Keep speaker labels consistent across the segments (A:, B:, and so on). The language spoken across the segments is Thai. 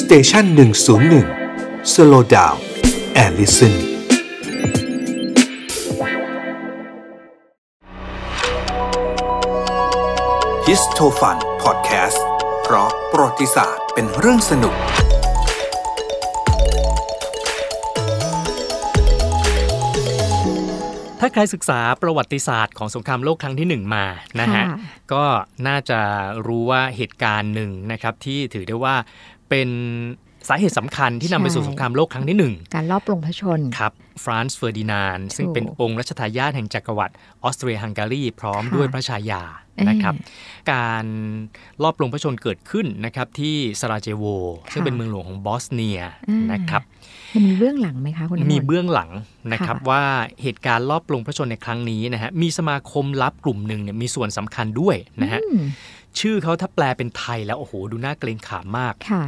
A: สเตชันหนึ่งศูนย์หนึ่งสโลดาวแอลลิสัน ฮิสโทฟันพอดแคสต์เพราะประวัติศาสตร์เป็นเรื่องสนุก
B: ถ้าใครศึกษาประวัติศาสตร์ของสงครามโลกครั้งที่หนึ่งมานะฮะ
C: ค่ะ
B: ก็น่าจะรู้ว่าเหตุการณ์หนึ่งนะครับที่ถือได้ว่าเป็นสาเหตุสำคัญที่นำไปสู่สงครามโลกครั้งที่หนึ่ง
C: การรอบปลงพระชน
B: ครับฟรานซ์เฟอร์ดินานซึ่งเป็นองค์รัชทายาทแห่งจักรวรรดิออสเตรียฮังการีพร้อม
C: ค่ะ
B: ด้วยพระชายานะครับ การรอบปลงพระชนเกิดขึ้นนะครับที่สราเจโว ซึ่ง
C: ค่ะ
B: เป็นเมืองหลวงของบอสเนีย
C: อืม
B: นะครับ
C: มันมีเบื้องหลังไหมคะคุณ
B: มี
C: มนต์
B: เบื้องหลังนะครับ
C: ค่ะ
B: ว่าเหตุการณ์รอบปลงพระชนในครั้งนี้นะฮะมีสมาคมลับกลุ่มหนึ่งเนี่ยมีส่วนสำคัญด้วยนะฮะ
C: อืม
B: ชื่อเขาถ้าแปลเป็นไทยแล้วโอ้โหดูน่าเกรงขามมาก
C: ค่ะ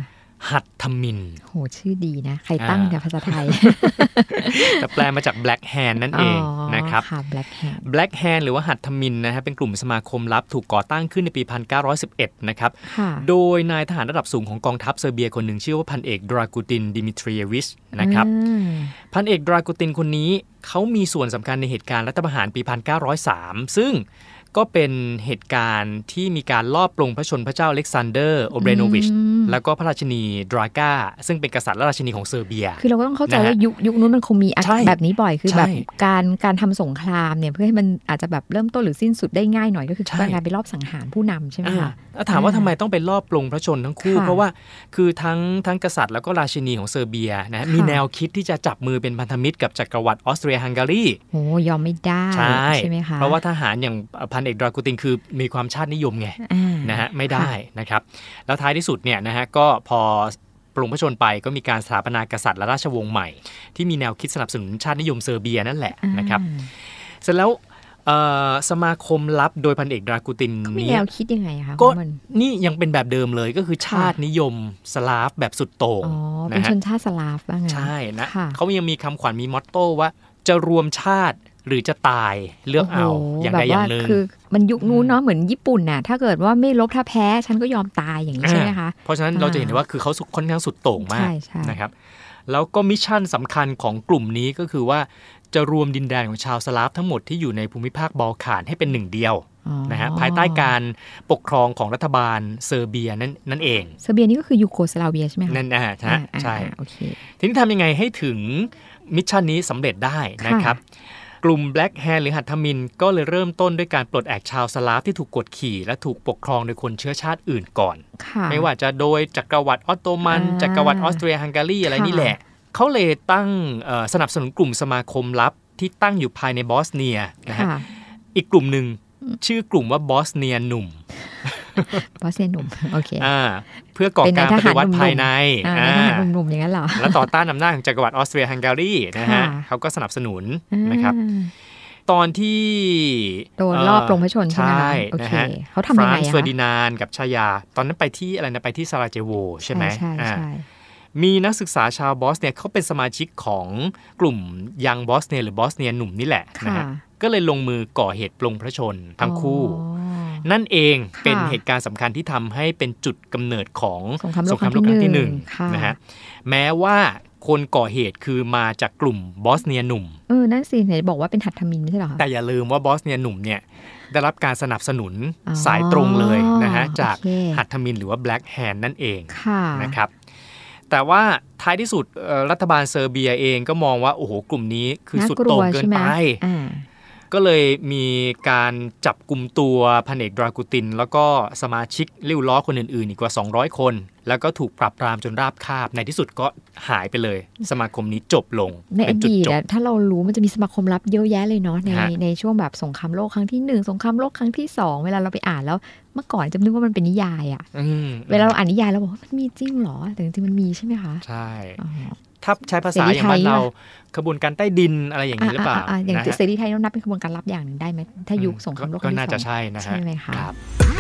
B: หัตถมิน
C: โหชื่อดีนะ ใครตั้ง
B: อ่า
C: เนี่ยภาษาไทย
B: แต่แปลมาจาก black hand นั่นเองนะครับ
C: ค่ะ Black Hand
B: Black Hand หรือว่าหัตถมินนะฮะเป็นกลุ่มสมาคมลับถูกก่อตั้งขึ้นในปี 1911 นะครับ
C: ค่ะ
B: โดยนายทหารระดับสูงของกองทัพเซอร์เบียคนหนึ่งชื่อว่าพันเอกดรากูตินดิมิทรีเยวิชนะครับ
C: อืม
B: พันเอกดรากุตินคนนี้เขามีส่วนสำคัญในเหตุการณ์รัฐประหารปี 1903 ซึ่งก็เป็นเหตุการณ์ที่มีการลอบปลงพระชนพระเจ้าอเล็กซานเดอร์โอเบรโนวิช
C: อืม
B: แล้วก็พระราชินีดราก้า ซึ่งเป็นกษัตริย์และราชินีของเซอร์เบีย
C: คือเราก็ต้องเข้าใจ
B: นะฮะ
C: ว่ายุคยุคนู้นมันคงมีอา
B: ใช่
C: การแบบนี้บ่อย คือ
B: ใช่
C: แบบการการทำสงครามเนี่ยเพื่อให้มันอาจจะแบบเริ่มต้นหรือสิ้นสุดได้ง่ายหน่อยก็คือ
B: ใช่
C: การไปรอบสังหารผู้นำใช่ไหม
B: อ่า
C: คะ
B: แล้วถามว่าทำไมต้องไปลอบปลงพระชนทั้งคู่
C: ค่ะ
B: เพราะว่าคือทั้งทั้งกษัตริย์แล้วก็ราชินีของเซอร์เบียนะมี
C: ค่ะ
B: แนวคิดที่จะจับมือเป็นพันธมิตรกับจักรวรรดิออสเตรียฮังการี
C: โหยอมไม่ได้
B: ใช่
C: ไหมคะ
B: เพราะว่าทหารอย่างพันเอกดรากูตินคือมีความชาตินิยมไง
C: อ่า
B: นะฮะไม่ได้นะครับ แล้วท้ายที่สุดเนี่ยนะฮะก็พอปลงพระชนไปก็มีการสถาปนากษัตริย์และราชวงศ์ใหม่ ที่มีแนวคิดสนับสนุนชาตินิยมเซอร์เบียนั่นแหละนะครับเสร็จแล้วเอ่อสมาคมลับโดยพันเอกดรากูติน
C: เขามี
B: นี้
C: แนวคิดยังไงอะคะ
B: ก็
C: คุณมนต์
B: นี่ยังเป็นแบบเดิมเลยก็คือชาตินิยมสลาฟแบบสุดโต่ง
C: อ๋อ เป็น
B: นะ
C: ช
B: ฮะ
C: นชาติสลาฟบ้างน
B: ใช่นะ
C: ค่ะ
B: เขายังมีคำขวัญมีมอตโต้ว่าจะรวมชาติหรือจะตายเลือกเอา
C: โโห
B: อย่างใด
C: แบ
B: อ
C: บว่
B: ย่างหนึ่ง
C: คือมันยุคนู้นเนาะ เหมือนญี่ปุ่นน่ะ ถ้าเกิดว่าไม่ลบถ้าแพ้ ฉันก็ยอมตายอย่างนี้ใช่ไหมคะ
B: เพราะฉะนั้นเรา
C: อ่า
B: จะเห็นได้ว่าคือเขาสุดค่อนข้างสุดโต่งมาก
C: ใช่ใช่
B: นะครับแล้วก็มิชชั่นสำคัญของกลุ่มนี้ก็คือว่าจะรวมดินแดนของชาวสลาฟทั้งหมดที่อยู่ในภูมิภาคบอลข่านให้เป็นหนึ่งเดียว
C: อ๋อ
B: นะฮะภายใต้การปกครองของรัฐบาลเซอร์เบียนั่นนั่นเอง
C: เซอร์เบียนี่ก็คือยูโกสลาเวียใช่ไหมคะ
B: นั่นนะฮะ
C: อ่า
B: ใช่
C: อ่าโอเค
B: ทีนี้ทำยังไงให้ถึงมิชชั่นนี้สำเร็จได้นะครับ กลุ่ม Black Hand หรือหัตถมิน ก็เลยเริ่มต้นด้วยการปลดแอกชาวสลาฟที่ถูกกดขี่และถูกปกครองโดยคนเชื้อชาติอื่นก่อน
C: ค่ะ
B: ไม่ว่าจะโดยจักรวรรดิออตโตมัน
C: อ่า
B: จักรวรรดิออสเตรียฮังการีอะไร
C: ค่ะ
B: นี่แหละ เขาเลยตั้งเอ่อสนับสนุนกลุ่มสมาคมลับที่ตั้งอยู่ภายในบอสเนียนะฮะ
C: ค่ะ
B: อีกกลุ่มหนึ่งชื่อกลุ่มว่าบอสเนียหนุ่ม
C: บอสเซยนหนุ่ม โอเค
B: อ่าเพื่อก่อการปฏิวัติภายใน
C: อ่า
B: อ่า
C: ทหารหนุ่มๆอย่างนั้นเหรอ
B: และต่อต้านอำนาจของจักรวรรดิออสเตรียฮังการีนะฮะ
C: ค่ะ
B: เขาก็สนับสนุนนะครับ
C: อ่า
B: ตอนที่
C: โดนรอบปลงพระชนใช่ไหม
B: ใช่
C: คะโอ
B: นะ
C: เค
B: ฮะ
C: เขาทำ
B: ฟ
C: ยัง
B: ราน
C: ไง
B: ซ์
C: อะ
B: เฟอ
C: คะ
B: ร์ดินานกับชายา ตอนนั้นไปที่อะไรนะไปที่ซาราเจโวใช่ไหม
C: ใช่
B: อ่า
C: ใช่
B: มีนักศึกษาชาวบอสเนี่ยเขาเป็นสมาชิกของกลุ่มยังบอสเนียหรือบอสเนียหนุ่มนี่แหละนะฮะ
C: ค่ะ
B: ก็เลยลงมือก่อเหตุปลงพระชนทั้งคู่
C: อ๋อ
B: นั่นเอง
C: ค่ะ
B: เป็นเหตุการณ์สำคัญที่ทำให้เป็นจุดกำเนิดของ
C: สงครามโลกครั้งที่หนึ่งค่ะ
B: นะฮะแม้ว่าคนก่อเหตุคือมาจากกลุ่มบอสเนียหนุ่ม
C: เออ นั่นสิไหนบอกว่าเป็นหัตถมินไม่ใช่เหรอคะ
B: แต่อย่าลืมว่าบอสเนียหนุ่มเนี่ยได้รับการสนับสนุน
C: อ๋อ
B: สายตรงเลยนะฮะจาก
C: โอเค
B: หัตถมินหรือว่าแบล็กแฮนนั่นเอง
C: ค่ะ
B: นะครับ แต่ว่าท้ายที่สุดเอ่อรัฐบาลเซอร์เบียเองก็มองว่า โอ้โห กลุ่มนี้คือสุดโต่งเกินไป
C: าลัวใช่หมอ่า
B: ก็เลยมีการจับกลุ่มตัวพันเอกดรากุติน แล้วก็สมาชิกริ้วล้อคนอื่นๆ อีกกว่า 200 คน แล้วก็ถูกปรับปรามจนราบคาบ ในที่สุดก็หายไปเลย สมาคมนี้จบลง
C: ในอ
B: เป็นจุด
C: ดีต
B: จบ
C: อะถ้าเรารู้มันจะมีสมาคมลับเยอะแยะเลยเนาะใน
B: ฮะ
C: ในช่วงแบบสงครามโลกครั้งที่หนึ่งสงครามโลกครั้งที่สองเวลาเราไปอ่านแล้วเมื่อก่อนจะนึกว่ามันเป็นนิยายอะ
B: อืม
C: เวลาเราอ่านนิยายเราบอกว่ามันมีจริงเหรอแต่จริงๆมันมีใช่ไหมคะ
B: ใช่
C: อ๋อ
B: ถ้าใช้ภาษาอย่างบ้าน
C: เสรีไทย
B: เราขบวนการใต้ดินอะไรอย่างนี้หรือเปล่า
C: อ่ะอ่ะอ่ะอย่าง
B: นะ
C: ที่
B: ฮะ
C: เสรีไทยเรานับเป็นขบวนการลับอย่างหนึ่งได้ไหมถ้ายุคสงครามโลกค
B: ก็
C: รั้งที่
B: น่า
C: ส
B: จะ
C: อง
B: ใช่นะฮะ
C: ใช่ไหมคะ
B: รับ